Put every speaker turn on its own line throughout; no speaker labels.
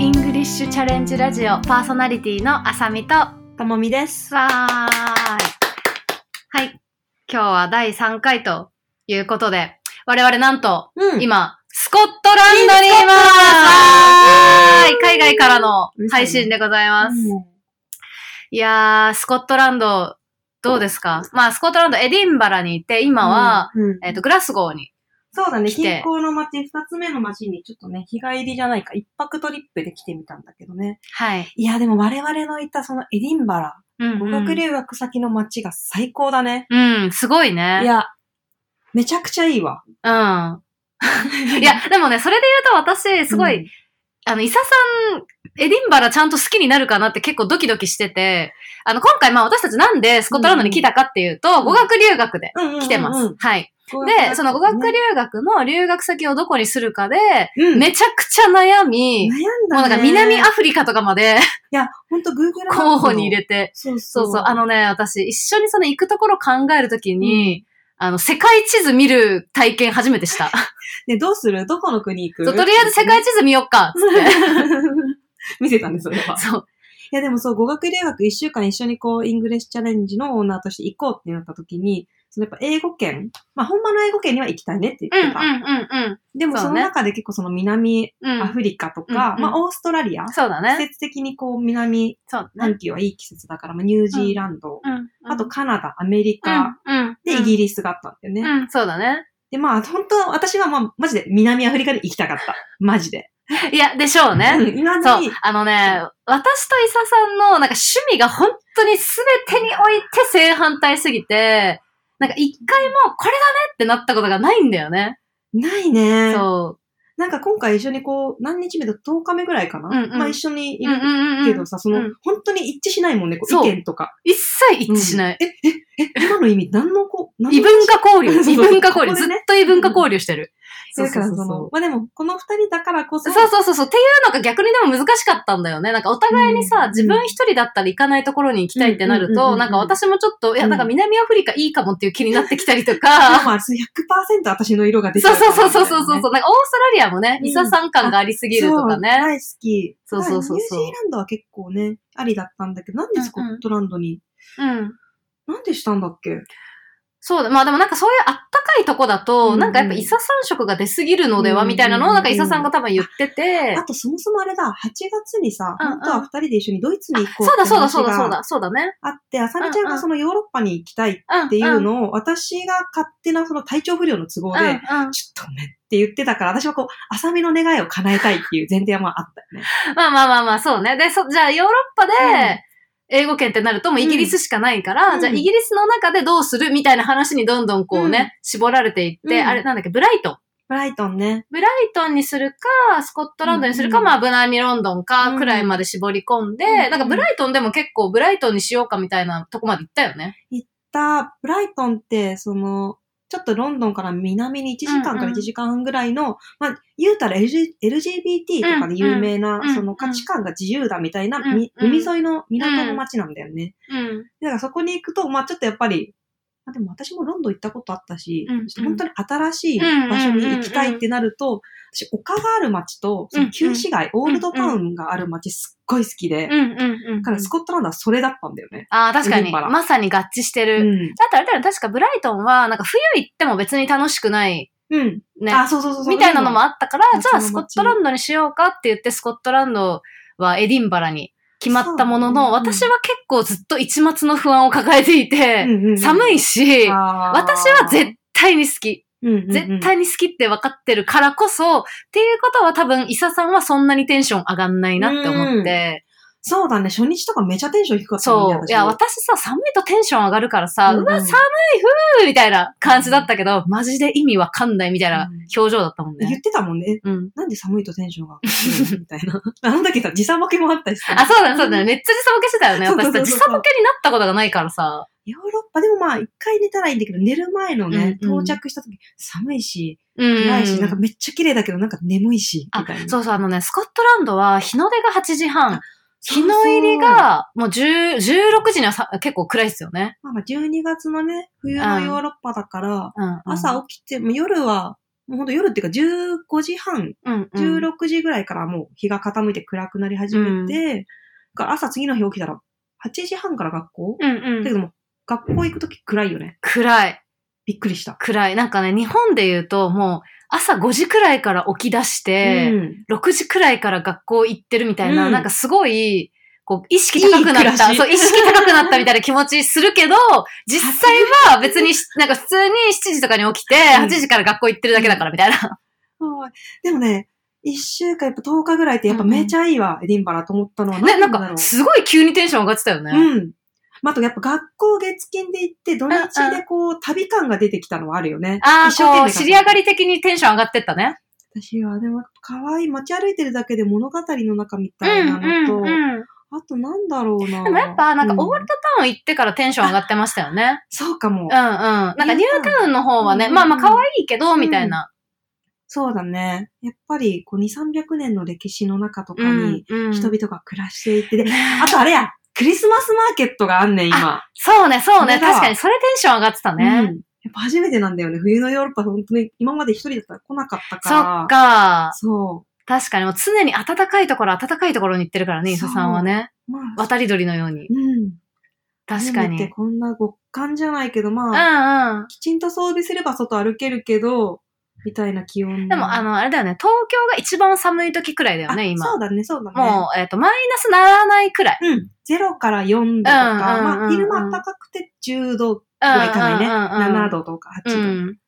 ュチャレンジラジオパーソナリティのあさみと、わ
ともみです。
ーい。はい。今日は第3回ということで、我々なんと、
う
今、スコットランドにいますわーい海外からの配信でございます。いやー、スコットランド、どうですかまあ、スコットランド、エディンバラにいて、今は、、
うんうん
えっ、と、グラスゴーに。
そうだね、
来て
近郊の街、二つ目の街にちょっとね、日帰りじゃないか、一泊トリップで来てみたんだけどね。
はい。
いや、でも我々のいたそのエディンバラ、
うん、
語学留学先の街が最高だね。
うん、すごいね。
いや、めちゃくちゃいいわ。
うん。いや、でもね、それで言うと私、すごい、
うん
あの、伊佐さん、エディンバラちゃんと好きになるかなって結構ドキドキしてて、あの、今回、まあ私たちなんでスコットランドに来たかっていうと、
ん
語学留学で
うんうんうんうん
来てます。。はい。
語学留学
で、その語学留学の留学先をどこにするかで、
うん
めちゃくちゃ悩み、
悩ん
もうなん
だね。
か南ア
い
フリカとかまで
や、ほんと Google
候補に入れて、
そうそ。
そううそう、あのね、私、一緒にその行くところ考えるときに、あの、世界地図見る体験初めて した。
ね、どうするどこの国行く
そうとりあえず世界地図見よっか、つって。
見せたね、それは。
そう。
いや、でもそう、語学留学一週間一緒にこう、イングレッシュチャレンジのオーナーとして行こうってなった時に、そのやっぱ英語圏、まあ、本場の英語圏には行きたいねって
うんう
言
ん
ってた。
うん
でも
そ
そうの
ね
中で結構その南
うん。う
ア
ん。
フリカとか、
うんうん
まあ、オーストラリア、
そうだ
季
ね。
節的にこう、南
そうだね。
半球はいい季節だから、まあ、ニュージーランド、
うん。
あとカナダ、アメリカ、
うん、うん。
で、イギリスがあったんだよね。
うん、そうだね。
で、まあ、本当私はまあ、マジで南アフリカで行きたかった。マジで。
いや、でしょうね。
うん今
そ
の
う
に、。
あのね、私と伊佐さんのなんか趣味が本当に全てにおいて正反対すぎて、なんか一回もこれだねってなったことがないんだよね。
ないね。
そ
なんか今回一緒にこう、何日目だ ?10 日目ぐらいかな、
うんうん
まあ一緒に
う。
いうる
んうんうん
け
う
ど
ん。
さ、その、
うん
本当に一致しないもんね、こう
そう
意見とか。
一切一致しない。
え、今の意味、何のこう、何の
異文化交流。
そうそう
異文化交流。
こ
ず
こ
っ
でね
と異文化交流してる。
だからその、まあでも、この二人だからこそ、
そうそうそうそう。っていうのが逆にでも難しかったんだよね。なんかお互いにさ、
うん
自分一人だったら行かないところに行きたいってなる
うんうんうん
と、
うん
なんか私もちょっと、いや、
うん
なんか南アフリカいいかもっていう気になってきたりと
まあ
か。
まあそう100%私の色が出て
そうそ
る
うそうそうそうそう。なんかオーストラリアもね、
うん
イサさん感がありすぎるとか
そう
ね。
大好き。
そうそうそう
だ
そう
からニュージーランドは結構ね、ありだったんだけど、なんでスコットランドに、
うん。
なんでしたんだっけ
そうだ。まあでもなんかそういうあったかいとこだと、
うんうん
なんかやっぱイサさん色が出すぎるのでは、
うんうん
みたいなのをなんかイサさんが多分言ってて
あ。とそもそもあれだ、8月にさ、
うんうん
本当は二人で一緒にドイツに行こう
そうだ
って
そうだ
話
そうだそう
が
だ。そうだね。
あって、あさみちゃんがそのヨーロッパに行きたい
うん。
っていうのを、私が勝手なその体調不良の都合
うん。うん。
で、ちょっとねって言ってたから、私はこう、浅見の願いを叶えたいっていう前提はまああったよね。
まあまあまあまあ、そうね。で、そ、じゃあヨーロッパで
うん、
英語圏ってなるともうイギリスしかないから、
うん
じゃあイギリスの中でどうするみたいな話にどんどんこうね、
うん
絞られていって、
うん
あれなんだっけ、ブライトン。
ブライトンね。
ブライトンにするか、スコットランドにするか、
うん
まあ無難にロンドンか、
うん
くらいまで絞り込んで、
うん
なんかブライトンでも結構ブライトンにしようかみたいなとこまで行ったよね。
だ、ブライトンって、その、ちょっとロンドンから南に1時間
うん
か
う
ら
ん
1時間半ぐらいの、まあ、言うたら LG LGBT とかで有名な、
うん
その価値観が自由だみたいな、
うん
み
うん
海沿いの港の街なんだよね。
うん。
だからそこに行くと、まあちょっとやっぱり、まあ、でも私もロンドン行ったことあったし、
うんうん
ちょっと本当に新しい場所に行きたいってなると、私、丘がある街と、その旧市街、オールドタウンがある街すっごい好きで、
うんうんうん。
だからスコットランドはそれだったんだよね。
ああ、確か
エデ
に。
ィンバラ
まさに合致して
う
る。
ん。
だってあれだよ、確かブライトンは、なんか冬行っても別に楽しくない。
うん。
ね。
あ、そうそうそうそう。
みたいなのも
あ
あったから、
うん
じゃあ
夏
スコ
の
ッ
街
トランドにしようかって言って、スコットランドはエディンバラに決まったものの、
そうだね
私は結構ずっと一末の不安を抱えていて、寒い
し、
し、私
私
は絶対に好き。絶
絶
対に好きって分かってるからこそ、っていうことは多分、イサさんはそんなにテンション上がんないなって思って。
そうだね、初日とかめちゃテンション低かったもん
そ
ね
う。いや、私さ、寒いとテンション上がるからさ、うわ、寒
い
いみたいな感じだったけど、マジで意味わかんないみたいな表情だったもん
言
ね。
ってたもんね。
うん。
なんで寒いとテンションが上がるみたいな。あの時さ、時差ボケもあったしさ。
あ、そうだね、そうだね。めっちゃ時差ボケしてたよね。
そうそうそ
私
うそう
さ、時差ボケになったことがないからさ。
ヨーロッパでもまあ、一回寝たらいいんだけど、寝る前のね、
うんうん
到着した時、寒いし、
うん。
暗いし、なんかめっちゃ綺麗だけど、なんか眠いし、
あ
みたいな。
そうそう、あのね、スコットランドは日の出が8時半。
そう
日の入り、が、もう10 16時にはさ結構暗いっすよね。
まあまあ、12月のね、冬のヨーロッパだから、
うん、うん。
朝起きて、もう夜はもう本当夜っていうか15時半、
うん、うん。
16時ぐらいからもう日が傾いて暗くなり始めて、だから朝次の日起きたら8時半から学校、
うんう
だけ
ん。
ども、学校行くとき暗いよね。
暗い。
びっくりした。
暗い。なんかね、日本で言うと、もう、朝5時くらいから起き出して、
うん
6時くらいから学校行ってるみたいな、
うん
なんかすごい、こう、意識高くない
い
った
い暮らし
そう、意識高くなったみたいな気持ちする けど、実際は別にし、なんか普通に7時とかに起きて、
うん
8時から学校行ってるだけだからみたいな。
はいでもね、一週間、やっぱ10日ぐらいってやっぱめちゃいいわ、エディンバラと思ったのは
ね、
何
なん
だろう。
か、すごい急にテンション上がってたよね。
うん。まあ、あとやっぱ学校月金で行って、土日
うんう
でこう、旅感が出てきたのはあるよね。
ああ、
一生懸
こう、
命学校
知り上がり的にテンション上がってったね。
私は、でも、可愛い、街歩いてるだけで物語の中みたいなのと、
ん。
あとなんだろうな。
でもやっぱ、なんか、オー
う
ルドタウン行ってからテンション上がってましたよね。
そうかも
うんうん。。なんか、ニュータウンの方はね、
うん
まあまあ、可愛いけど、みたいな。
そうだね。やっぱり、こう、2、300年の歴史の中とか
うん
に、。
うん
人々が暮らしていて、であとあれや、クリスマスマーケットがあんねん、今。
そうね、そうね。
これだわ
確かに、それテンション上がってた
うん
ね。。
やっぱ初めてなんだよね。冬のヨーロッパ、本当に今まで一人だったら来なかったか
そ
ら。
っか。
そ
確かに、もう常に暖かいところ、暖かいところに行ってるからね、伊佐さんはね。
う。まあ、
渡り鳥のように。
うん。
確か
初めて
に。
こんな極寒じゃないけど、
う
まあ、
んうん。
きちんと装備すれば外歩けるけど、みたいな気温。
でも、あ、の、あれだよね、東京が一番寒い時くらいだよね、
あそ
今。
うだね、そうだね。
もう、えっと、マイナスならないくらい。
うん。0から4度とか、
うんうんうんうん
まあ、昼間暖かくて10度ぐ
うん
らいかないね。
うんうんうん
7度とか8度。
うん。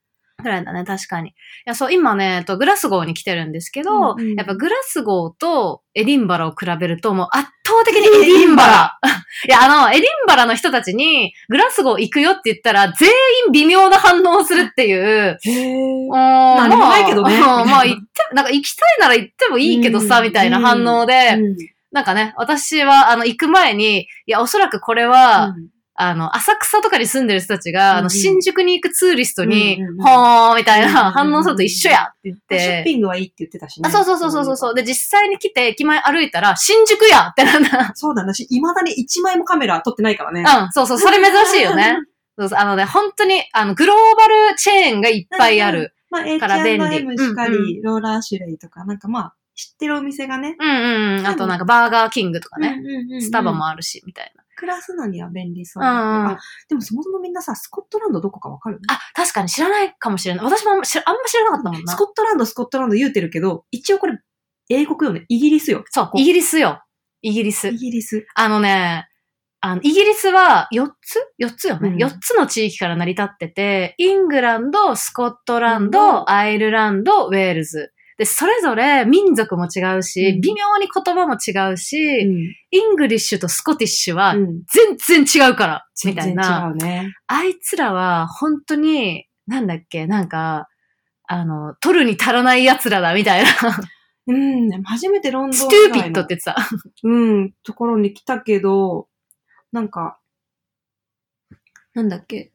ぐらいだね、確かに。いや、そう、今ね、えっと、グラスゴーに来てるんですけど、
うんうん
やっぱグラスゴーとエディンバラを比べると、もう圧倒的にエディンバラ いや、あの、エディンバラの人たちに、グラスゴー行くよって言ったら、全員微妙な反応をするっていう。
へー
おま
何もないけどね
うんまあ、
みたいな
行って、なんか行きたいなら行ってもいいけどさ、
うん
みたいな反応で、
うん
なんかね、私は、あの、行く前に、いや、おそらくこれは、あの、浅草とかに住んでる人たちが、あ
うんう
の、
ん
新宿に行くツーリストに
うんうんう、ん
ほーみたいな
うんうん
反
うん
応すると一緒やって言っ
ショッ
て。
ピングはいいって言ってたしね。。
あそうそうそうそうそうう。で、実際に来て、駅前歩いたら、新宿やってなんだ。
そうだね。私、未だに1枚もカメラ撮ってないからね。
うん、そうそう、それ珍しいよね。そうそう、あのね、本当に、あの、グローバルチェーンがいっぱいある。
まあ、H&M
から便利
しかり、
うん
ローラーシュレイとか、なんかまあ、知ってるお店がね。
うんうんうん。あとなんか、バーガーキングとかね。
うんうんうんうん
スタバ。もあるし、みたいな。
暮らすのには便利そう
う
だね、
んうん
あでもそもそもみんなさ、スコットランドどこかわかる
あ、確かに知らないかもしれない。私もあんま知らあんま知らなかったもん
ス
な。
コットランド、スコットランド言うてるけど、一応これ、英国よね。イギリスよ。
そう、イギリスよ。イギリス
イ。ギリス。
あのね、あの、イギリスは4つ ?4 つよね、
うん
?4 つの地域から成り立ってて、イングランド、スコットランド、
うん
アイルランド、ウェールズ。で、それぞれ民族も違うし、
うん
微妙に言葉も違うし、
うん。
イングリッシュとスコティッシュは
うん
全然違うから、み
全
た
然違
いな。
うね。
あいつらは本当に、なんだっけ、なんか、あの、取るに足らない奴らだ、みたいな。
うん。でも初めてロンドン
ス
以
トゥーピ
外
ッ
の
ドって言ってた。
うん、ところに来たけど、なんか、なんだっけ、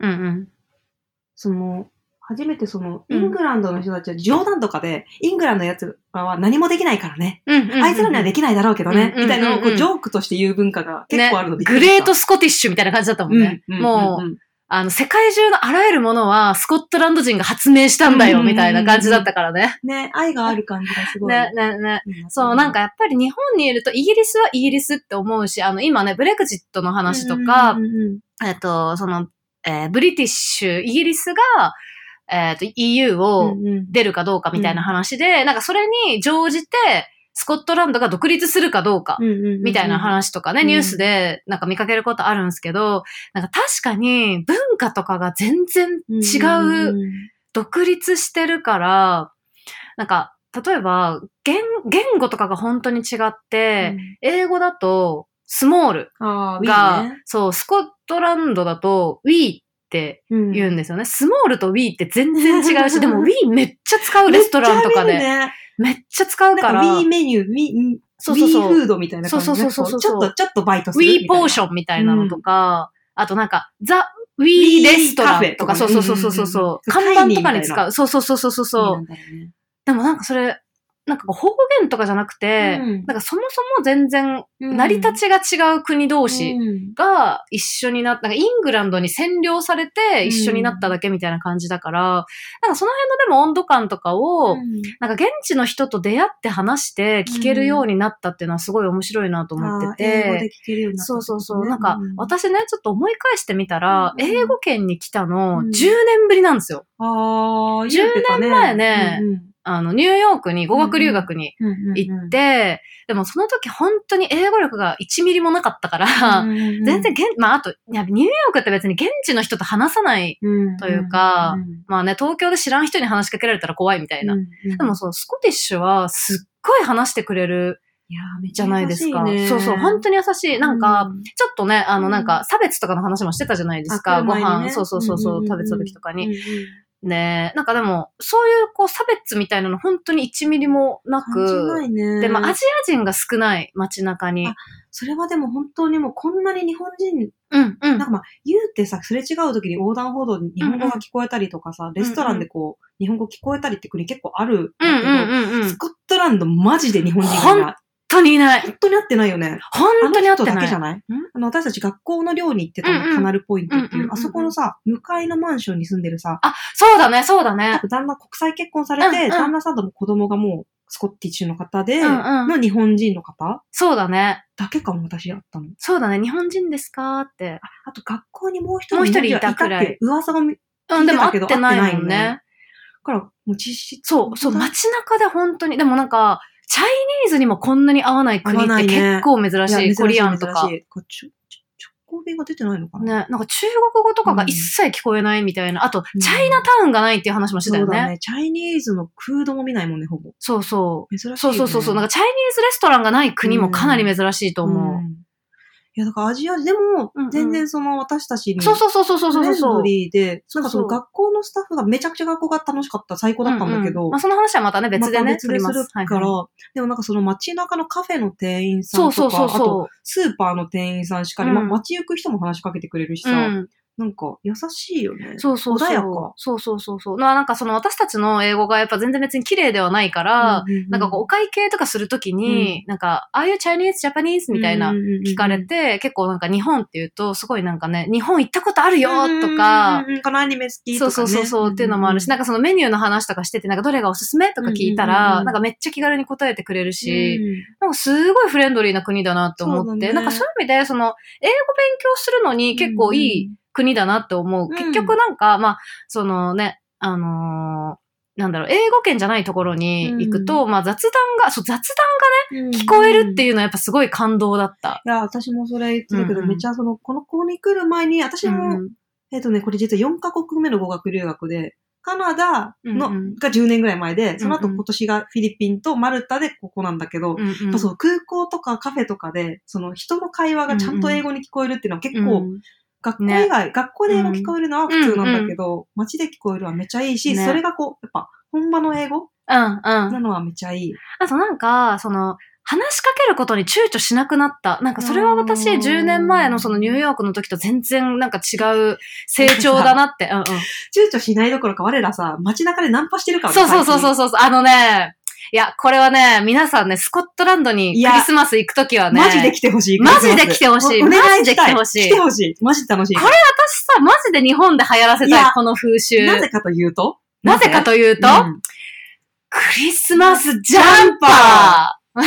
うんうん。
その、初めてその、
うん
イングランドの人たちは冗談とかで、イングランドのやつらは何もできないからね。
うんうんうんうん
あいつらにはできないだろうけどね。
うん
みたいなのをこ
うん
うジョークとして言う文化が結構あるのびっく
グ
りし
レ
た
ートスコティッシュみたいな感じだったも
うんん
ね。もう、
うん、
あの、世界中のあらゆるものはスコットランド人が発明したんだよ、
うん
みたいな感じだったからね。
ね、愛がある感じがすごい。
ね、ね、ね。
いいなと
そ
思
う、なんか、やっぱり日本にいるとイギリスはイギリスって思うし、あの、今ね、ブレグジットの話とか
うん、うんうん
えっと、その、えーブリティッシュ、イギリスが、えっと、EU を
うんうん
出るかどうかみたいな話で、なんかそれに乗じて、スコットランドが独立するかどうか
うんうんうんうん
みたいな話とかね、
うん
ニュースでなんか見かけることあるんですけど、なんか確かに文化とかが全然違う、
んんん
独立してるから、なんか、例えば、言、言語とかが本当に違って、英語だと、スモール
ああ、
が、
いいね
そう、スコットランドだと、ウィーって
うん
言うんですよね。スモールとウィーって全然違うし、で もウィーめっちゃ使うレストランとか
めっち
で、
ゃ見るね
めっちゃ使う
な
か、
んからウィーメニュー、ウィー、
そうそうそう
ウィーフードみたいな感じ
そう
で、
そうそうそう
こちょっと、ちょっとバイトす
ウ
るみた
ィ
い
ー
な。
ポーションみたいなのとか、あとなんか、ザ・ウィーレストランとか、
ウィーカフェとかね
そうそうそうそうそう、
うん
看板とかに
タイニーみたい
使う。そうそうそうそうそう。
いいなんだよね
でもなんかそれ、なんかこう方言とかじゃなくて、
うん
なんかそもそも全然、
うん
成り立ちが違う国同士
うん
が一緒になった、なんかイングランドに占領されて一緒になっただけみたいな感じだから、なんかその辺のでも温度感とかを、
うん
なんか現地の人と出会って話して聞けるようになったっていうのはすごい面白いなと思って
あー英語で
て。
聞けるようになった
そ
ってことね、
うそうそう。なんか
う、
私ね、ちょっと思い返してみたら、
うん
英語圏に来たの
うん
10年ぶりなんですよ。
ああ、言ってたね。
10年前ね
うん
あの、ニューヨークに語学留学に
うんうんうんうん
行っ、て、でもその時本当に英語力が1ミリもなかったから、
うんうんうん
全然、現、まああと、いやニューヨークって別に現地の人と話さない。というかまあね、東京で知らん人に話しかけられたら怖いみたいな。で
で
もそう、スコティッシュはすっごい話してくれる
いやーめっち
じ
ゃ
ゃないですか。そうそう、本当に優しい。なんか、ちょっとね、あの、なんか、差別とかの話もしてたじゃないですか。
あ
ご
車にね
飯、そうそうそうそう、
うんうんうん
食べてた時とか
に、
に。ねえなんかでも、そういう、こう、差別みたいなの、本当に1ミリもな
感じな
く、
いね。
で、まあ、アジア人が少ない、街中に
あ。それはでも本当にもうこんなに日本人、
うん、うん
なん。かまあ、言うてさ、すれ違う時に横断歩道に日本語が聞こえたりとかさ、レストランでこう、日本語聞こえたりって国結構あるん
うん、
だ
う
けど、
ん、うん、うん。本
スコットランドマジで日本人がいない。
当にいない。
本当に合ってないよね。
本当に会って
あの人だ
な
け
い。
じゃ
う
ないあの、私たち学校の寮に行ってたの、
うんうん
カナルポイントって
うん
い
うんう
う、
んうん
あそこのさ、向かいのマンションに住んでるさ、
そうだね、そうだ
多
ね。
分旦那国際結婚され
うんう
て、
ん
旦那さんとも子供がもうスコッティッシュの方で、
うんうん
の日本人の方
そうだね。
だけかも私あったの。
そうだね、日本人ですかって。
あと学校にもう一人
もう一人
日本人
い
が
たくらい
って噂が見、
うん、でも
聞い
会
てたけ
っ
ど
てないも
会ってないも
ん
ん
ね
ね。から、もう実質。
そう、そう、
本当だ
街中で本当に、でもなんか、チャイニーズにもこんなに合わない国
合わ
っ
な
て
いね
結構珍しい。
いや
コリアンとか。
珍しい珍しいこっちちょ直行便が出てないのか
ね、
な
なんか中国語とかが一切聞こえないみたいな。あと、
うん
チャイナタウンがないっていう話もしてた
そ
よ
うだ
ね。
ね。チャイニーズの空洞も見ないもんね、ほぼ。
そうそう。
珍しいよね。
そうそうそうそう。なんかチャイニーズレストランがない国もかなり珍しいと思う。
んいや、だからアジア人、でも
うんうん、
全然その私たちに、
そうそうそうそうそうそう
フレン
そう
ド。リーで、
そ
な
うんそう
かその学校のスタッフがめちゃくちゃ学校が楽しかった、最高だったんだけ
うう
ど、
まあその話はまたね、別で
また
ね、
別でする
はい
か
はい
ら、でもなんかその街中のカフェの店員さん
そ
と
う
か、
そうそう
あと
そ
スーパーの店員さんしかり、
うん
まあ街行く人も話しかけてくれるし
う。う
さ、
ん。
なんか優しいよね。
そうそうそう。
穏やか
そうそうそうそう。まあなんかその私たちの英語がやっぱ全然別に綺麗ではないから、
うんうんうん
なんかこうお会計とかするときに、なんか、ああいうチャイニーズ、ジャパニーズみたいな聞かれ、て、結構なんか日本って言うと、すごいなんかね、日本行ったことあるよとか、
うんうんうん、このアニメ好きとか、
そ
ね。
うそうそうそうっていうのもあるし、なんかそのメニューの話とかしてて、なんかどれがおすすめとか聞いた
うんうんうん
ら、
うん
なんかめっちゃ気軽に答えてくれるし、
うん
なんかすごいフレンドリーな国だなって思
そ
っ
う
て、
だね
なんかそういう意味で、その、英語勉強するのに結構いい国だなって思う。
ん
結局なんか、まあ、そのね、あのーなんだろう、英語圏じゃないところに行くと、まあ雑談が、そう、雑談
うんうん
聞こえるっていうのはやっぱすごい感動だった。
いや、私もそれ言ってたけ
うん
ど、
うん
めっちゃその、この子に来る前に、私も、
うん
えっ、とね、これ実は4カ国目の語学留学で、カナダの、
うんうん
が10年ぐらい前で、その
う
後
んうん
今年がフィリピンとマルタでここなんだけど、
うんうん
やっぱそう空港とかカフェとかで、その人の会話がちゃんと英語に聞こえるっていうのは結構、
うん
学校以外、学校で英語聞こえるのは普通なんだけど、街で聞こえるのはめちゃいいし、
ね
それがこう、やっぱ本場の英語
うん、うん。
なのはめちゃいい。
あとなんか、その、話しかけることに躊躇しなくなった。なんかそれは私
あー
10年前のそのニューヨークの時と全然なんか違う成長だなって。うんうん。
躊躇しないどころか我らさ、街中でナンパしてるからね
そうそうそうそううそう。あのね、いや、これはね、皆さんね、スコットランドに
い
ク
や
リスマス行く時はね、
マジで来てほしい。
マジで来てほしい
おお願い
マジで
し
来
た
て
い。
ほしい
来てほしい。マジで楽しい。
こ私さ、マジで日本で流行らせ
い
たい
や、
この風習。
なぜかというと
なぜかというと、
うん
クリスマスジャンパー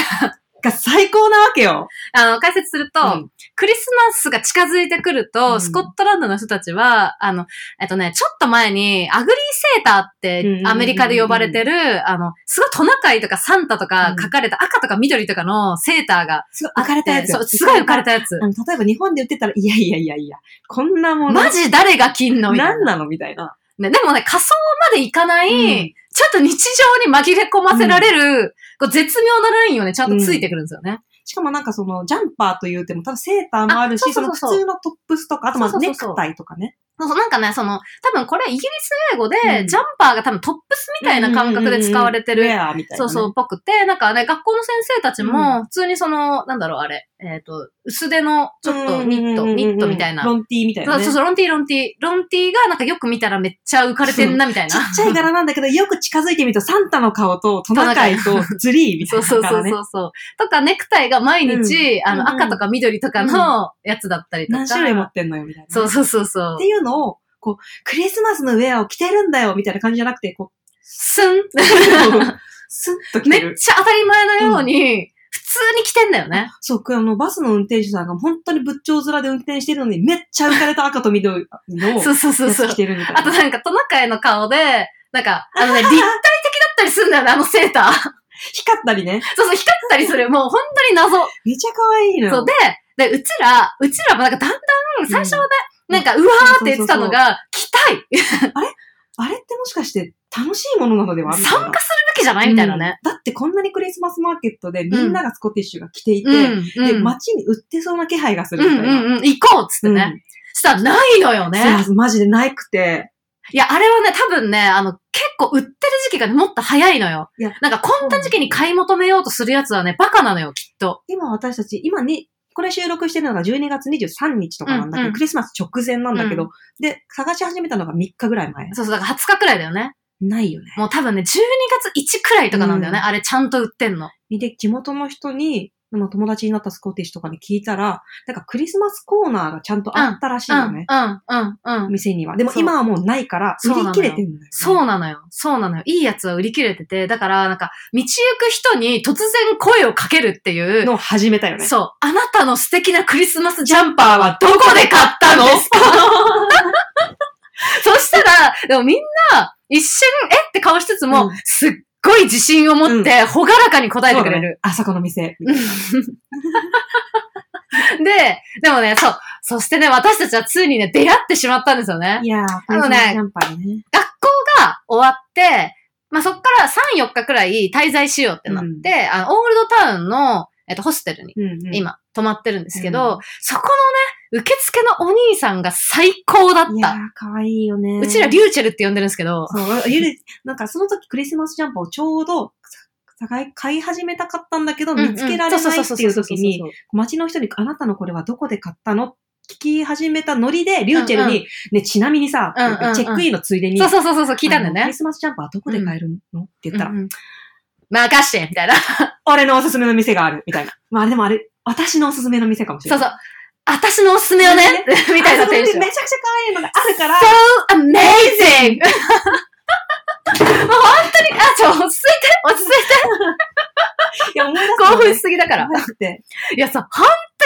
が最高なわけよ。
あの、解説すると、
うん
クリスマスが近づいてくると、
うん
スコットランドの人たちは、あの、えっとね、ちょっと前に、アグリーセーターっ
うんうんうん
て
う、ん
アメリカで呼ばれてる、あの、すごいトナカイとかサンタとか
うん
書かれた、赤とか緑とかのセーターが
すごい
あっ
浮
て、
かれたやつよ
そう、すごい浮かれたやつ。
あの例えば日本で売ってたら、いやいやいやいや、こんなもの、
マジ誰が着んのみたい
何
な。
なのみたいな。
ね、でもね、仮装までいかない、
うん
ちょっと日常に紛れ込ませられる、こう絶妙なラインをね、ちゃんとついてくるんですよね。
しかもなんかその、ジャンパーというても、多分セーターもある
あ
し、
そ
そう
そ
の
うそう
普通のトップスとか、あとま
そ
あ
うそ
ネ
うそうそう
クタイとかね。
そうそう、なんかね、その、多分これイギリス英語で、
うん
ジャンパーが多分トップスみたいな感覚で使われてる。
ウェアみたいな
そ
ね。
うそう、ぽくて、なんかね、学校の先生たち
う
も、普通にその、なんだろう、あれ、えっ、と、薄手の、ちょっとニット、ニットみたいな。
ロンティーみたいな、
そう
ね。
そうそう、ロンティーロンティー。ロンティーがなんかよく見たらめっちゃ浮かれてんなみたいな
ち。っちゃい柄なんだけど、よく近づいてみると、サンタの顔とトナカイとズリーみた
そ
いうな
そ
柄、
う
ね。
そうそうそう。とか、ネクタイが毎日、あ
うん
の、
うん
赤とか緑とかのやつだったりとか。
何種類持ってんのよ、みたいな。
そうそうそうそ
っ
う
て。いうのを、こう、クリスマスのウェアを着てるんだよ、みたいな感じじゃなくて、こう、
すん
スッと着
め
て
っ
る。
ちゃ当たり前のように、普通に着てんだよね。
そう、あの、バスの運転手さんが本当に仏頂面で運転してるのに、めっちゃ浮かれた赤と緑の、
そうそうそうそう
やつ着。てるみたいな。
あとなんかトナカイの顔で、なんか、あのね、立体的だったりするんだよね、あのセーター。
光ったりね。
そうそう、光ったりする。もう本当に謎。
めちゃ可愛いのよ。
そうで、で、うちら、うちらもなんかだんだん最初はね、
うん
なんか、うわーって言ってたのが、着たい行く
あれってもしかして楽しいものなのではみたいな
参加べきじゃないみたいなね。
うんだってこんなにクリスマスマーケットでみんながスコティッシュが着ていて、
うん。
で、
うん。
街に売ってそうな気配がす
う
るみ
ん
たいうな。
んうん。行こうっつってね。したらないのよ
うん
ね。
そう、マジでないくて。
いや、あれはね、多分ね、あの、結構売ってる時期がねもっと早いのよ
いや。
なんか、こんな時期に買い求めようとするやつはね、バカなのよ、きっと。
今私たち、今に、これ収録してるのが12月23日とかなんだけど、
うんうん
クリスマス直前なんだけど、で、探し始めたのが3日ぐらい前。
そうそう、だから20日くらいだよね。
ないよね。
もう多分ね、12月1くらいとかなんだよね。
うん
あれちゃんと売ってんの。
で、地元の人に、あの友達になったスコティッシュとかに聞いたら、なんかクリスマスコーナーがちゃんとあったらしい
うん、
よ
うん
ね、。
うん、うん。
店には。でも
そう
今はもうないから、
そうな
売
の
り
よ
切れてんだよ、ね。
そうなのよ。そうなのよ。いいやつは売り切れてて、だから、なんか、道行く人に突然声をかけるっていう、
のを始めたよね。
そう、あなたの素敵なクリスマスジャンパーはどこで買った のそしたら、でもみんな、一瞬、えって顔しつつも、
うん
すっごい自信を持って、ほがらかに答えてくれる。
そうだね。あそこの店。
で、でもね、そう。そしてね、私たちはついにね、出会ってしまったんですよね。
いやー、
あのね
ジャンパーね。
学校が終わって、まあ、そっから3、4日くらい滞在しようってなって、あの、オールドタウンの、えっと、ホステルに、
うんうん、
今、泊まってるんですけ
う
ど、そこのね、受付のお兄さんが最高だっ
いやー
た。、
かわいいよね。
うちら、リューチェルって呼んでるんですけど、
そう、ゆる、なんかその時クリスマスジャンパーをちょうど、さ買い買い始めたかったんだけど、
うんうん
見つけられないっていう時
そ
に、、
うそうそうそうそう
街の人に、あなたのこれはどこで買ったの聞き始めたノリで、リューチェルに、
う
ね、ちなみにさ、
うんうんうん
チェックインのついでに、
そうそうそうそうそう、聞いたんだよ
あのク
ね
リ。スマスジャンパーはどこで買えるの、って言ったら、
うんうん任してみたいな。
俺のおすすめの店がある、みたいな。まあでもあれ、私のおすすめの店かもしれ
そ
な
う
い。
そう。私のおすすめをね、みたいなテンション
め。ちゃくちゃ可愛いのがあるから、
So amazing! もう本当に、あ、ちょ、落ち着いて、落ち着いて、
いや、思い出す
興
のね
奮しすぎだから。
だって。
いや、そう、本当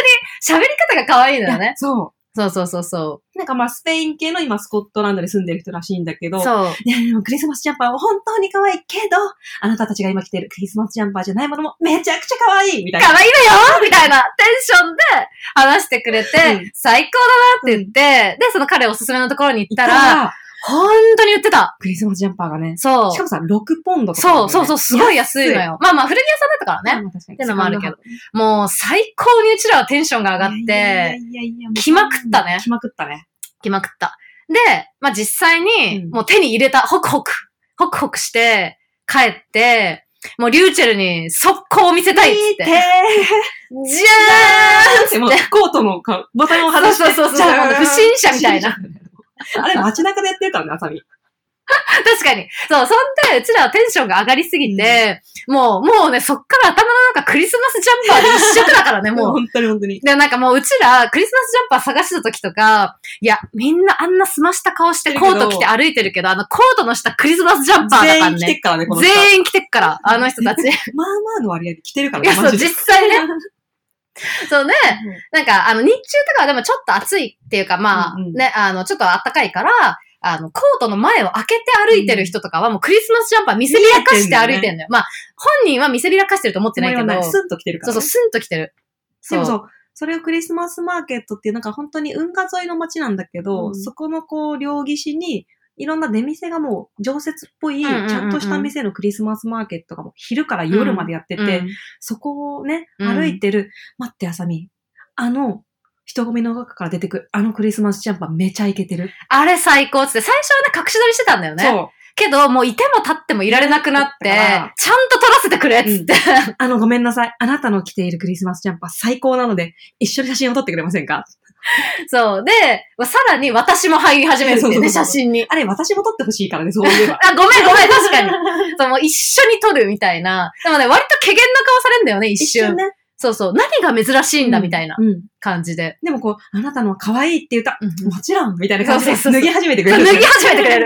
に喋り方が可愛いのよね。
そ。
そうそうそうそう
なんかまあ、スペイン系の今、スコットランドに住んでる人らしいんだけ
う。
ど、
そう。
いや、でもクリスマスジャンパーは本当に可愛いけど、あなたたちが今着てるクリスマスジャンパーじゃないものもめちゃくちゃ可愛いみたいな。
可愛いわよみたいなテンションで話してくれて、
うん
最高だなって言って、で、その彼おすすめのところに行ったら、、本当に売ってた。
クリスマスジャンパーがね、
そう。
しかもさ、6ポンドとか、
そうそうそう、すごい安いの
よ
よ。まあまあ、古着屋さんだったからね。
ね。安い
ってのもあるけど。もう、最高にうちらはテンションが上がっ
いや
て、
いやいやいや、
来まくったね
来まくったね。
来まくった。で、まあ実際に
う、ん
もう手に入れた、ホクホク、ホクホクして、帰って、もうリューチェルに速攻を見せたいっつっ
見て
て。じ
ーってもうコートのかボタンを外して、
そうそうそうそう
じゃーん
不審者みたいな。
あれ街中でやってたんだ、あさ
ゃ
み。
ーん確かに。そう、そんで、うちらはテンションが上がりすぎて、もう、もうね、そっから頭の中クリスマスジャンパーで一色だから ね、もう。
本当に本当に。
で、なんかもううちら、クリスマスジャンパー探してた時とか、いや、みんなあんな澄ました顔してコート着て歩いてるけど、あのコートの下クリスマスジャンパーだか
全
ら
員来てっ
ね。
からね、この人
全員着てっから、あの人 たち。い
まあまあの割合で来てるから
や、そう、実際 ね。
ね。
そうね、なんか、あの、日中とかはでもちょっと暑いっていうか、まあ、
うんうん
ね、あの、ちょっと暖かいから、あの、コートの前を開けて歩いてる人とかはもうクリスマスジャンパー見せびらかして歩いてるのよ。まあ、本人は見せびらかしてると思ってないけ
もう今
ど、
ね
そ
スンと来てるか
う
ら
そ
ね。
う、スンと着てる。
でもそ
そう
う。それをクリスマスマーケットっていう、なんか本当に運河沿いの街なんだけど、
うん
そこのこう、両岸に、いろんな出店がもう、常設っぽい、ち
うんうんうんうん
ゃんとした店のクリスマスマーケットがもう、昼から夜までやってて、
うん
そこをね、
うん
歩いてる、待って、あさみ、あの、人混みの中から出てくる、あのクリスマスジャンパーめちゃイケてる。
あれ最高っつって、最初はね、隠し撮りしてたんだよね。
そう。
けど、もういても立ってもいられなくなって、ち
だか
ゃん
ら
と撮らせてくれっつって。
あの、ごめんなさい。あなたの着ているクリスマスジャンパー最高なので、一緒に写真を撮ってくれませんか
そう。で、さらに私も入り始めるんで
そうそう
ね、
そ
写
う
真に。
あれ、私も撮ってほしいからね、そういえば。
あ、ごめん ごめん、確かに。そう、もう一緒に撮るみたいな。でもね、割と怪げな顔されるんだよね、一
一
瞬。
瞬ね。
そうそう。何が珍しいんだ、みたいな
うん。
感じで。
でもこう、あなたの可愛いって言った
うん
もちろんみたいな感じで
そうそうそう
脱ぎ始めてく
脱
れる。
ぎ始めて くれる。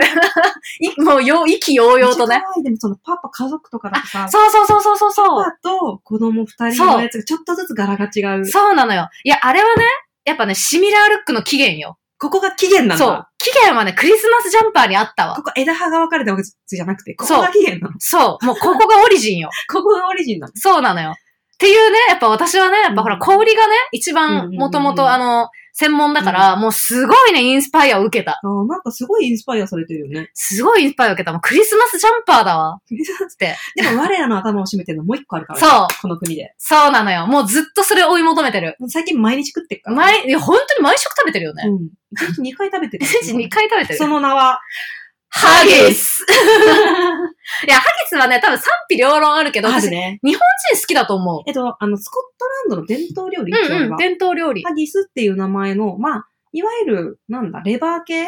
いもうよ、意気揚々と
めっちゃ
ね。
可愛い。でもそのパパ家族とかだとさ、
そうそうそうそうそうそう。
パパと子供二人のやつがちょっとずつ柄が違う。
そうなのよ。いや、あれはね、やっぱね、シミラールックの起源よ。
ここが起源なんだ。
そう。起源はね、クリスマスジャンパーにあったわ
こ。こ枝葉が分かれたわけじゃなくて、こ
そう
こが起源なの。
そう。もうここがオリジンよ。
ここがオリジンなの。
そうなのよ。っていうね、やっぱ私はね、やっぱほら、
うん
小売りがね、一
うんうん
番
うん
もともとあの、専門だから、もうすごいね、インスパイアを受けた。
あーなんかすごいインスパイアされてるよね。
すごいインスパイアを受けた。もうクリスマスジャンパーだわ。って。
でも我らの頭を占めてるのもう一個あるからね。
そう。
この国で。
そうなのよ。もうずっとそれを追い求めてる。
最近毎日食ってっから。
毎、いや、本当に毎食食べてるよね。
うん。一日二回食べてる。
一日2回食べてる。
その名は、
ハギスいや、ハギスはね、多分賛否両論あるけど、
あ
私
る、ね。
個人好きだと思う。
えっと、あの、スコットランドの伝統料理、一応あ
う
れ
んうん、
は。
伝統料理。
ハギスっていう名前の、まあ、いわゆる、なんだ、レバー系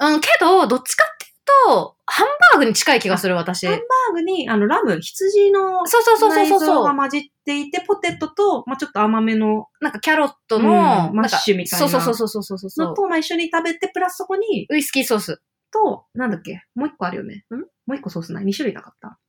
うん、けど、どっちかっていうと、ハンバーグに近い気がする、私。
ハン
そ
バ
う
ーグに、あの、ラム、羊の
そうそうそうそう
内臓
そう
が。混じっていて、ポテトと、まあ、ちょっと甘めの
なんかキャロットの、
うんマッシュ
んか
みたいな
そうそうそうそうそうそうそ
の
う。
と、まあ、一緒に食べて、プラスそこに、
ウイスキーソース。
と、なんだっけ、もう一個あるよね。
ん
もう一個ソースない ?2 種類なかった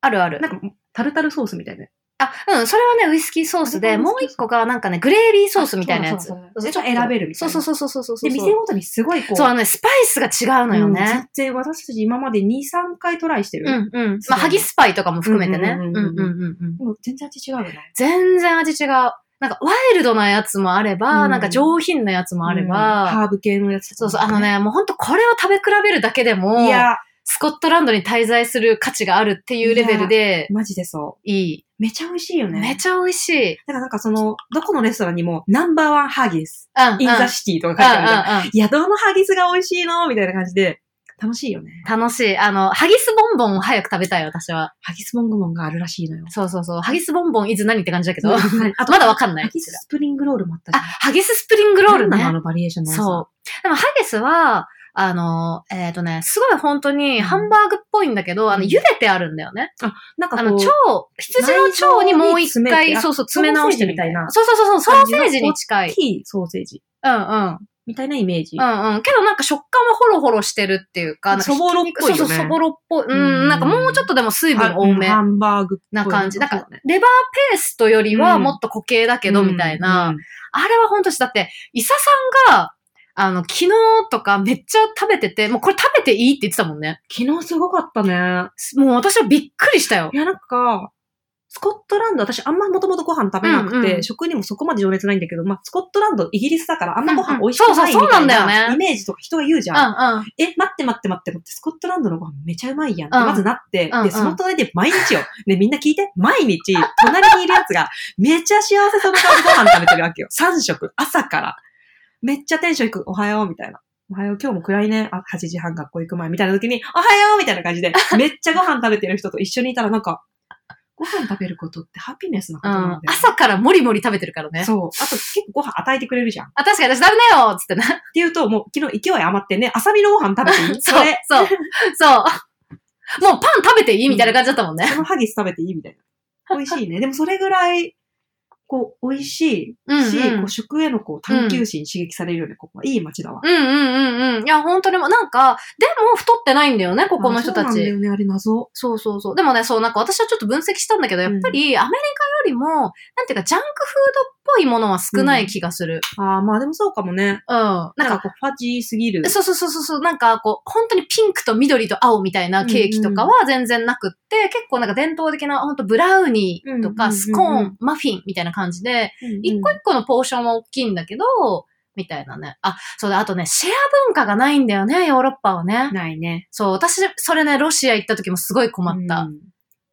あるある
な。んか、タルタルソースみたいな。
あ、うん、それはね、ウイスキーソース
あ
で、
れ
もう一個がなんかね、グレービーソースみたいなやつ。
あそうだそうだ
そう
それが選べるみたいな
そうそうそうそうそうそう。
で、店ごとにすごいこう、
そう、あのね、スパイスが違うのよ
うん
ね。
全然私たち今まで2、3回トライしてる。
う。んうん。まあ、ハギスパイとかも含めてね。う
う
う
んんうんんうんうん
うんうん。
でも全然味違うよね。
全然味違う。なんか、ワイルドなやつもあれば、
うん
なんか上品なやつもあれ
うん
ば、
ハーブ系のやつ
そう
と
そう、あ
か
の
も。
ね、もうほんとこれを食べ比べるだけでも、
いや、
スコットランドに滞在する価値があるっていうレベルで、
マジでそう。
いい。
めちゃ美味しいよね。
めちゃ美味しい。
だからなんかその、どこのレストランにも、ナンバーワンハーギス、
うん、うん。
インザシティとか書いてあるじゃん。
うんうんうん
いや、どのハーギスが美味しいのみたいな感じで、楽しいよね。
楽しい。あの、ハギスボンボンを早く食べたい、私は。
ハギスモングモンがあるらしいのよ。
そうそうそう。ハギスボンボンいつ何って感じだけど。
そう
あ
あ
と、
と
まだわかんない。
ハギススプリングロールもあった
あ、
じゃん。
ハギススプリングロール
なんなの
ね
あ。のバリエーションの多さ
そう。でも、ハゲスは、あの、えっ、とね、すごい本当に
うん
ハンバーグっぽいんだけど、あの、
うん
茹でてあるんだよね。
なんか
あ
こ
の、腸
う、、
羊の腸にもう一
内臓に詰め
回、
てあ
そうそう、詰め直してみたいな。
ソ
そうそうそう、そうソーセージに近
大
い。
きいソーセージ。
うんうん。
みたいなイメージ。
うんうん。けどなんか食感もホロホロしてるっていうか、なんか
そぼろっぽいよね
そうそう、そぼろっぽい。う、
うんん
なんかもうちょっとでも水分多め
あハンバーグっぽい
な感じ。なん
そ
か
うだね、
レバーペーストよりは
うん
もっと固形だけど、みたいな。
うん
あれは本当に、だって、イサさんが、あの、昨日とかめっちゃ食べてて、もうこれ食べていいって言ってたもんね。
昨日すごかったね。
もう私はびっくりしたよ
い。や、なんか、スコットランド、私あんまもともとご飯食べなくて、
うんうん
食にもそこまで情熱ないんだけど、まあ、スコットランド、イギリスだからあんまご
うんう
飯
ん
美味しくない
そうそう
みたい
そうなんだよね
なイメージとか人が言うじ
う
ゃ
ん
ん。
うん。
え、待って待って待って待って、スコットランドのご飯めちゃうまいやんって、
うん
まずなって、
うんうん
で、その隣で毎日よ。ね、みんな聞いて、毎日、隣にいるやつが、めっちゃ幸せそうな顔でご飯食べてるわけよ。3食、朝から。めっちゃテンション低く、おはよう、みたいな。おはよう、今日も暗いね。あ、8時半学校行く前、みたいな時に、おはようみたいな 感じで、めっちゃご飯食べてる人と一緒にいたら、なんか、ご飯食べることってハピネスなこ
う
となんだよ
ん、、朝からもりもり食べてるからね。
そう。あと、結構ご飯与えてくれるじゃん。
あ、確かに私ダメだよっつってね。
っていうと、もう昨日勢い余ってね、朝見のご飯食べていい
そう、そう、そう。もうパン食べていいみたいな感じだったもんね。
そのハギス食べていいみたいな。美味し いね。でもそれぐらい、こう、美味しいし、
うんうん
こう食へのこう探求心刺激されるよね、ここは。いい街だわ。
うんうんうんうん。いや、本当にもう、なんか、でも太ってないんだよね、ここの人た
あそうなんだ
ち。
よね、あれ謎。
そうそうそう。でもね、そう、なんか私はちょっと分析したんだけど、やっぱりアメリカよりも、なんていうか、ジャンクフードっぽいものは少ない気がする。
ああ、まあでもそうかもね。
うん。な
なん
ん
か
か、
こう、ファジーすぎる。
そうそうそうそうそう、なんかこう、本当にピンクと緑と青みたいなケーキとかは全然なくって、結構なんか伝統的な、本当ブラウニーと
うん
か
うんうんうん
スコーン、マフィンみたいな感じで、一個一個のポーションは大きいんだけど、みたいなね。あ、そうだ、あとね、シェア文化がないんだよね、ヨーロッパはね。
ないね。
そう、私、それね、ロシア行った時もすごい困った
うん。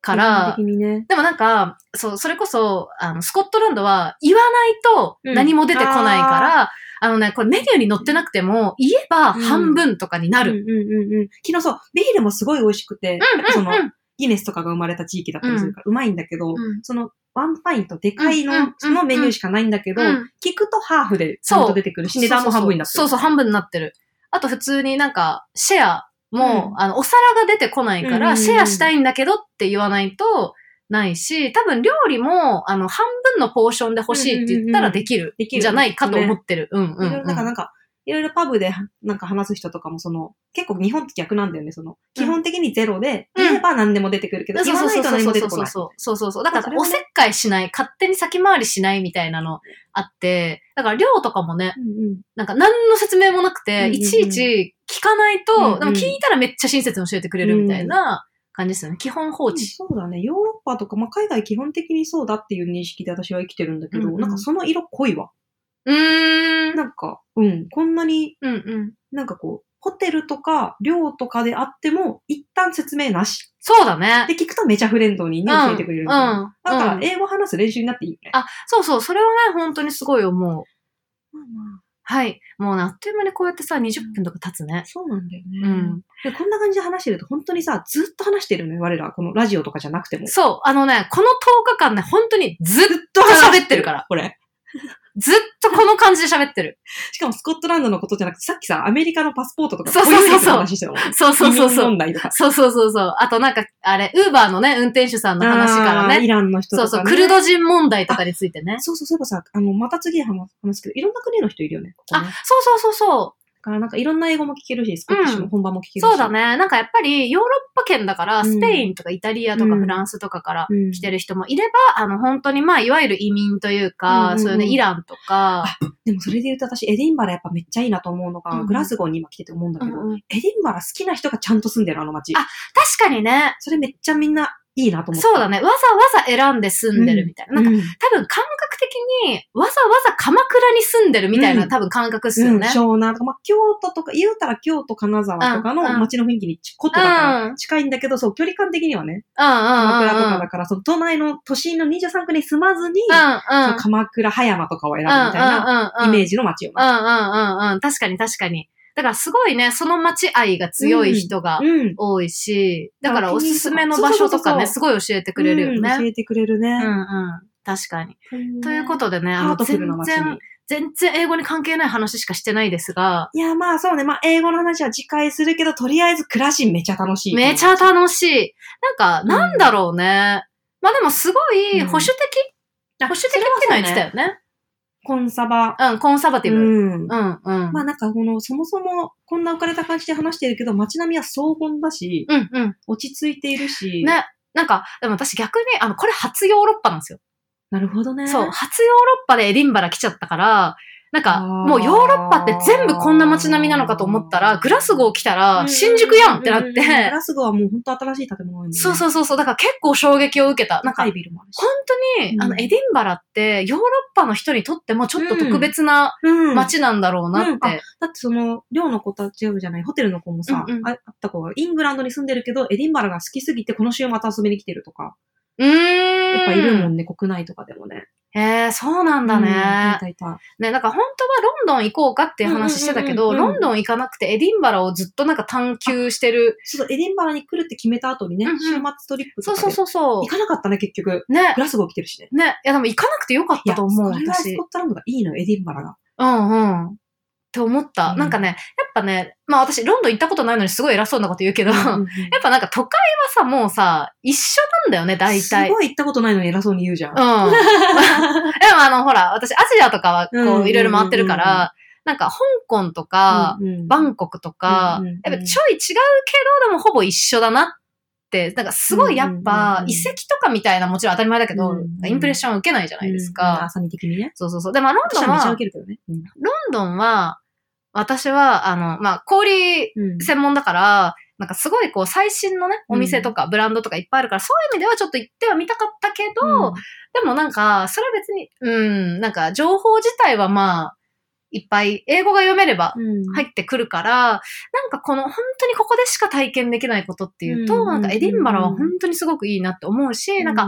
から、
基本的にね。
でもなんか、そう、それこそ、あの、スコットランドは言わないと何も出てこないから、ああのね、これメニューに載ってなくても、言えば半分とかにな
ある。
る。
うんうんうんうん。昨日そう、ビールもすごい美味しくて、やっぱその
うんうん、
ギネスとかが生まれた地域だったりするから、うまいんだけど、
うん
その、ワンパインとでかい
うんうんうんうん
の、そのメニューしかないんだけど、
うん
聞くとハーフでちゃんと出てくるし、値段も半分になってる。
そうそう、半分になってる。あと普通になんか、シェアも、
う
あの、お皿が出てこないか
うんうんう
ら、
ん
シェアしたいんだけどって言わないと、ないし、多分料理も、あの、半分のポーションで欲しいって言ったらできる。
できる
じゃないかと思ってる。うんうん、
いろいろなんか、なんか、いろいろパブでなんか話す人とかも、その、結構日本って逆なんだよね、その、基本的にゼロで、
うん
言えば何でも出てくるけど、言わないと何も出てこない。
そうそうそうそう。だから
それ、
お
はね
せっかいしない、勝手に先回りしないみたいなのあって、だから量とかもね、
うんうん
なんか何の説明もなくて、
うんうんうん
いちいち聞かないと、
うんうん
でも聞いたらめっちゃ親切に教えてくれるみたいな感じですよね。基本放
うん
置。
そうだね。ヨーロッパとか、まあ、海外基本的にそうだっていう認識で私は生きてるんだけど、
うんうん
なんかその色濃いわ。
うーん。
なんか、うん、こんなに
うんうん。
なんかこう、ホテルとか寮とかであっても、一旦説明なし。
そうだね。
で、聞くとめちゃフレンドリーに教えてくれるみたいな。
うんうん
だから
う、ん
英語話す練習になっていいよね。
あ、そうそう、それはね、本当にすごい思う。
まあま
はい。もうね、あっという間にこうやってさ、20分とか経つね
あ、。そうなんだよ
う
ね。
ん。
で、こんな感じで話してると、本当にさ、ずっと話してるね、我ら。このラジオとかじゃなくても。ずっ
そう、あのね、この10日間ね、本当にずっ
と
喋ってるから。
これ。
ずっとこの感じで喋ってる。
しかもスコットランドのことじゃなくて、さっきさ、アメリカのパスポートとか、
そうそうそうそう
固有名詞の話してたもんね。
そうそうそうそ
移民
う。
問題とか。
そうそうそうそう。あとなんか、あれ、ウーバーのね、運転手さんの話から
あーイ
ね。
ランの人と
そ
か、
う
ね。
そう、クルド人問題とかについてね。
そうそう、そういえばさ、あの、また次話す話すけど、いろんな国の人いるよね。ここ
あ
ね、
そうそうそうそ
だからなんかいろんな英語も聞けるし、スコティッシュの本場も聞け
う。
るし。
そうだ。ね。なんかやっぱりヨーロッパ圏だから、
うん
スペインとかイタリアとか
うん
フランスとかから
うん。
来てる人もいれば、あの、本当にまあ、いわゆる移民という
うんうん
か
う、ん
そういうね、イランとか、
でもそれで言うと私、エディンバラやっぱめっちゃいいなと思うのが、
うん
グラスゴーに今来てて思うんだけど、
うんうん
エディンバラ好きな人がちゃんと住んでるあの街。
あ確かにね、
それめっちゃみんないいなと思った。
そうだね、わざわざ選んで住んでるみたいな。なんか
うん。
多分感覚的に、わざわざ鎌倉に住んでるみたいな、
うん
多分感覚っすよ
うん
ね。
湘南とか、まあ、京都とか、言うたら京都、金沢とか
うんう
の
ん
街の雰囲気にちことだか
う
ら、近いんだけど、そう、距離感的にはね、
うんうんうんうん。
鎌倉とかだから、その都内の都心の23区に住まずに、
うん
そうの
ん。
鎌倉、葉山とかを選ぶみたいなイメージの街よ
う
な。
んうんうんうん。確かに確かに。だからすごいね、その街愛が強い人が
うん。
多いし、だからおすすめの
そう
場
そうそう
所
そう
とかね、すごい教えてくれるよ
うん教
ね。
えてくれ
う
る
んう
ね。
ん。確かに。ということとでね、あ
ハ
の
ートフ
全
ルな街に
然、。全然英語に関係ない話しかしてないですが、
いや、まあそうね。まあ英語の話は次回するけど、とりあえず暮らしめちゃ楽しい。
めちゃ楽しい。なんか、なんだろうね。まあでもすごい保守的
あ
保守的っていうのは言ってたよね。
コンサバ。
うん、コンサバティブ。うん、
うん。
うん。
まあなんかこの、そもそもこんな浮かれた感じで話してるけど、街並みは荘厳だし、
うん、うん。
落ち着いているし。
ね。なんか、でも私逆に、あの、これ初ヨーロッパなんですよ。
なるほどね。
そう、初ヨーロッパでエディンバラ来ちゃったから、なんか、
あー
もうヨーロッパって全部こんな街並みなのかと思ったら、グラスゴー来たら、新宿やんってなっ
ううう
て、
グラスゴーはもう本当新しい建物多いもんね
そうそうそうそう、だから結構衝撃を受けた。なんか、
高い
本
ビルもあるし。
当に、
うん
あの、エディンバラって、ヨーロッパの人にとってもちょっと特別な
うん
街なんだろうな
う
っ
んあ
て。
だってその、寮の子たちじゃない、ホテルの子もさ、
うんうん
ああった子はイングランドに住んでるけど、エディンバラが好きすぎてこの週また遊びに来てるとか、
うーん。
やっぱいるもんね、国内とかでもね。
へえ、そうなんだ
うんい
ね。
たいた。
ね、なんか本当はロンドン行こうかっていう話してたけど、
うんうんうんうん
ロンドン行かなくてエディンバラをずっとなんか探求してる。
ちょっとエディンバラに来るって決めた後にね、
うんうん
週末トリップ
そ
と
う
かで
そうそうそ
行かなかったね、結局。
う。ね
グ。ラスゴー来てるしね。
ね、いやでも行かなくてよかったと思う、
いやそれ
私
ぐらいスコ。ットランドがいいのよ、エディンバラが。
うんうん。って思った。
うん
なんかね、やっぱね、まあ私、ロンドン行ったことないのにすごい偉そうなこと言うけど、 やっぱなんか都会はさ、もうさ、一緒なんだよね、大
す
体。うん。
ごい行ったことないのに偉そうに言うじゃ ん。
でもあの、ほら、私、アジアとかは
うんうんうん
こ
う
う、
ん
いろいろ回ってるから、なんか、香港とか、
うんうん
バンコクとか
うんうんうん、
やっぱちょい違うけど、でもほぼ一緒だなって、なんかすごいやっ
うんうんうん
ぱ
う、ん
遺跡とかみたいなもちろん当たり前だけど、
うんうん
インプレッション受けないじゃないです
うんうん
か。
浅見的にね。
そうそうそう。で、まあ、ロンド
私
ン
はめちゃ
は
受、けるけどね。うん
ロンドンは、私は、あの、まあ、氷
うん
専門だから、なんかすごいこう最新のね、
うん
お店とかブランドとかいっぱいあるから、そういう意味ではちょっと行ってはみたかったけど、
うん
でもなんか、それは別に、うん、なんか情報自体はまあ、いっぱい英語が読めれば
うん
入ってくるから、なんかこの本当にここでしか体験できないことっていうと、
うん
なんかエディンバラは本当にすごくいいなって思うし、なんか、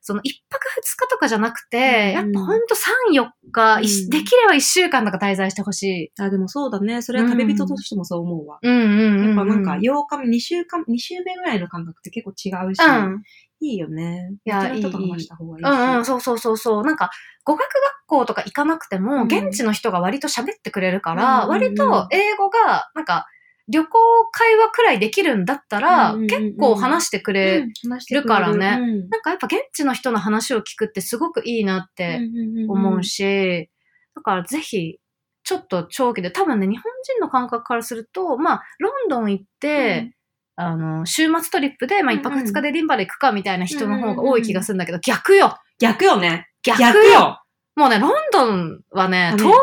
その一泊二日とかじゃなくて、
うん
やっぱほんと三、四日、いし
うん
できれば一週間とか滞在してほしい。
あ、でもそうだね。それは旅人としてもそう思うわ。
うんうんうん、
やっぱなんか、8日目、2週間、2週目ぐらいの感覚って結構違うし、
うん。
いいよね。
いや
ベテランとか話した方がいいし。
うんうん、そうそうそうそう。なんか、語学学校とか行かなくても、
うん
現地の人が割と喋ってくれるから、
うんうんうん
割と英語が、なんか、旅行会話くらいできるんだったら、
うんうんうん
結構話してくれ、
うん話し
いるからね
うん
なんかやっぱ現地の人の話を聞くってすごくいいなって思うし、だからぜひ、ちょっと長期で、多分ね、日本人の感覚からすると、まあ、ロンドン行って、あの、週末トリップで、まあ、一泊
うんうん
二日でリンバで行くかみたいな人の方が多い気がするんだけど、逆よ
逆よね。
逆よ
逆よ。
もうね、ロンドンはね、
あね
東京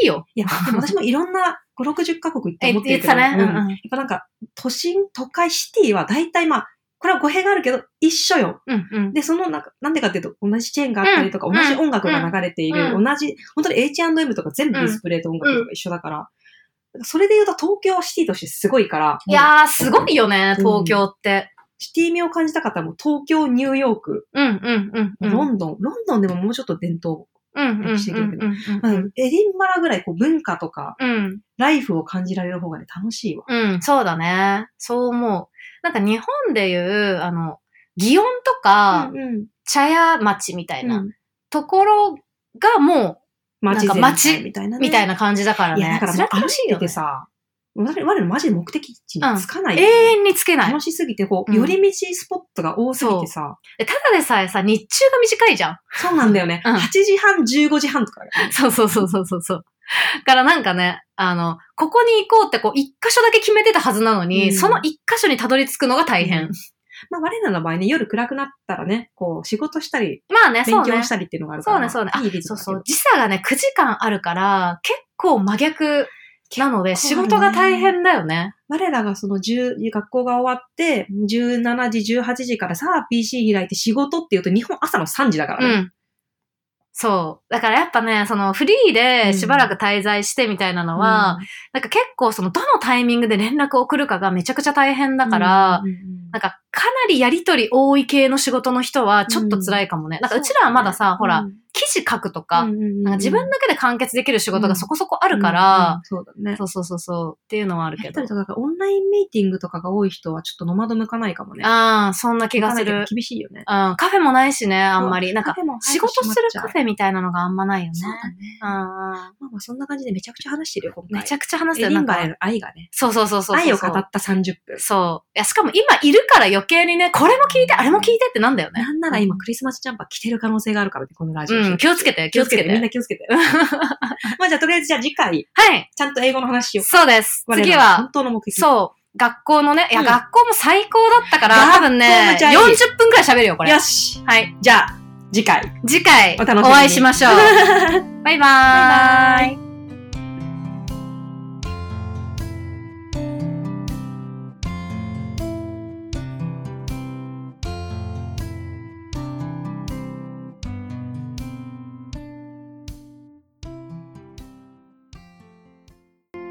でいいよ。
いや、でも私もいろんな5、60カ国行って思ってるけど。
え言ってたね
うん
うんうん
やっぱなんか、都心、都会、シティは大体まあ、これは語弊があるけど、一緒よ。
うんうん。
で、そのなんか、なんでかっていうと、同じチェーンがあったりとか、
うん
同じ音楽が流れている、
うん
同じ、本当に H&M とか全部ディスプレイと音楽とか一緒だから、なんかそれで言うと東京はシティとしてすごいから、
いやー、すごいよね、東京って。
シティ味を感じたかったらもう東京、ニューヨーク、
うんうんうんうん。
ロ
ン
ンドン、ロンドンでももうちょっと伝統、
うんうんうん
歴史的だけど
う
まあ
ん
エディンバラぐらいこう文化とか、
うん。
ライフを感じられる方がね、楽しいわ。
うん、そうだね。そう思う。なんか日本でいう、あの、祇園とか、
うんうん
茶屋町みたいな、
うん
ところがも
街
なんか街
みたいな
う、
ね。
みたいな感じだから
い
ね。
や、だから
そ
も
れ
う
は
楽
楽
し
し
い
いよ、
て
ね
て。さ、我々のマジで目的地に着かない
永
よね、
遠につけない
楽。しすぎて、こう、寄り道スポットが多すぎてさ、
でただでさえさ、日中が短いじゃん。
そうなんだよね。
うん
8時半、15時半とかだよね。
そうそうそうそうそうそう。だからなんかね、あの、ここに行こうってこう、一箇所だけ決めてたはずなのに、
うん
その一箇所にたどり着くのが大変。
うんまあ、我らの場合ね、夜暗くなったらね、こう、仕事したり、
まあね、そ
勉
うね
強し。たりっていうのがあるか
そう
ら。
ね、そうね。あ
いいリ
そ
ズ
う
ムだけ
そ
ど
う。時差がね、9時間あるから、結構真逆なので、
結
仕
構あるね
事が大変だよね。
我らがその10、学校が終わって、17時、18時からさあ PC 開いて仕事っていうと日本朝の3時だから
う
ね。
ん。そう。だからやっぱね、そのフリーでしばらく滞在してみたいなのは、
うん、
なんか結構そのどのタイミングで連絡を送るかがめちゃくちゃ大変だから、
うんうん
なんか、かなりやりとり多い系の仕事の人は、ちょっと辛いかもね。なんか、うちらはまださ、ほら、、記事書くとか、なんか自分だけで完結できる仕事がそこそこあ
あ
るから、、
うんうんそうだね。
そうそうそうそう、っていうのはある
や
け
った
ど
り。とか、なんかオンラインミーティングとかが多い人はちょっとノマド向かないかもね。
ああ、そんな気
向
が
かな
す
いけど
る。
厳しいよね。
うん、カフェもないしね、あんまり。なんか
カ、フェも
仕
早く
事する
閉ま
カ
っち
フェみたいなのがあんまないよ
ゃう
ね。
そうだね。
う
まあ
んうん。
まあそんな感じでめちゃくちゃ話してるよ、今回。
めちゃ
く
くちゃ話し
エ
てる。
ディ
な
ン
ん
バラへ
か、
の愛がね。
そうそうそうそうそう。
愛を語った30分。
そう。いや、しかも今いるから余計にね、これも聞いて、あれも聞いてってなんだよね。
なんなら今クリスマスジャンパー着てる可能性があるからね、このラジオ。
うん、気をつけて、気をつけて。
みんな気をつけて。 まあじゃあとりあえずじゃあ次回、
はい。
ちゃんと英語の話しよう。
そうです。
我ら
次
の
は
本、当の目的。う。
そう、学校のね、いや、
うん
学校も最高だったから、
学校
多分ね
め、ちゃいい
40分くらい喋るよ、これ。
よし。
はい。
じゃあ、次回。
次回、
お
お
楽しみに
会いしましょう。バイバーイ。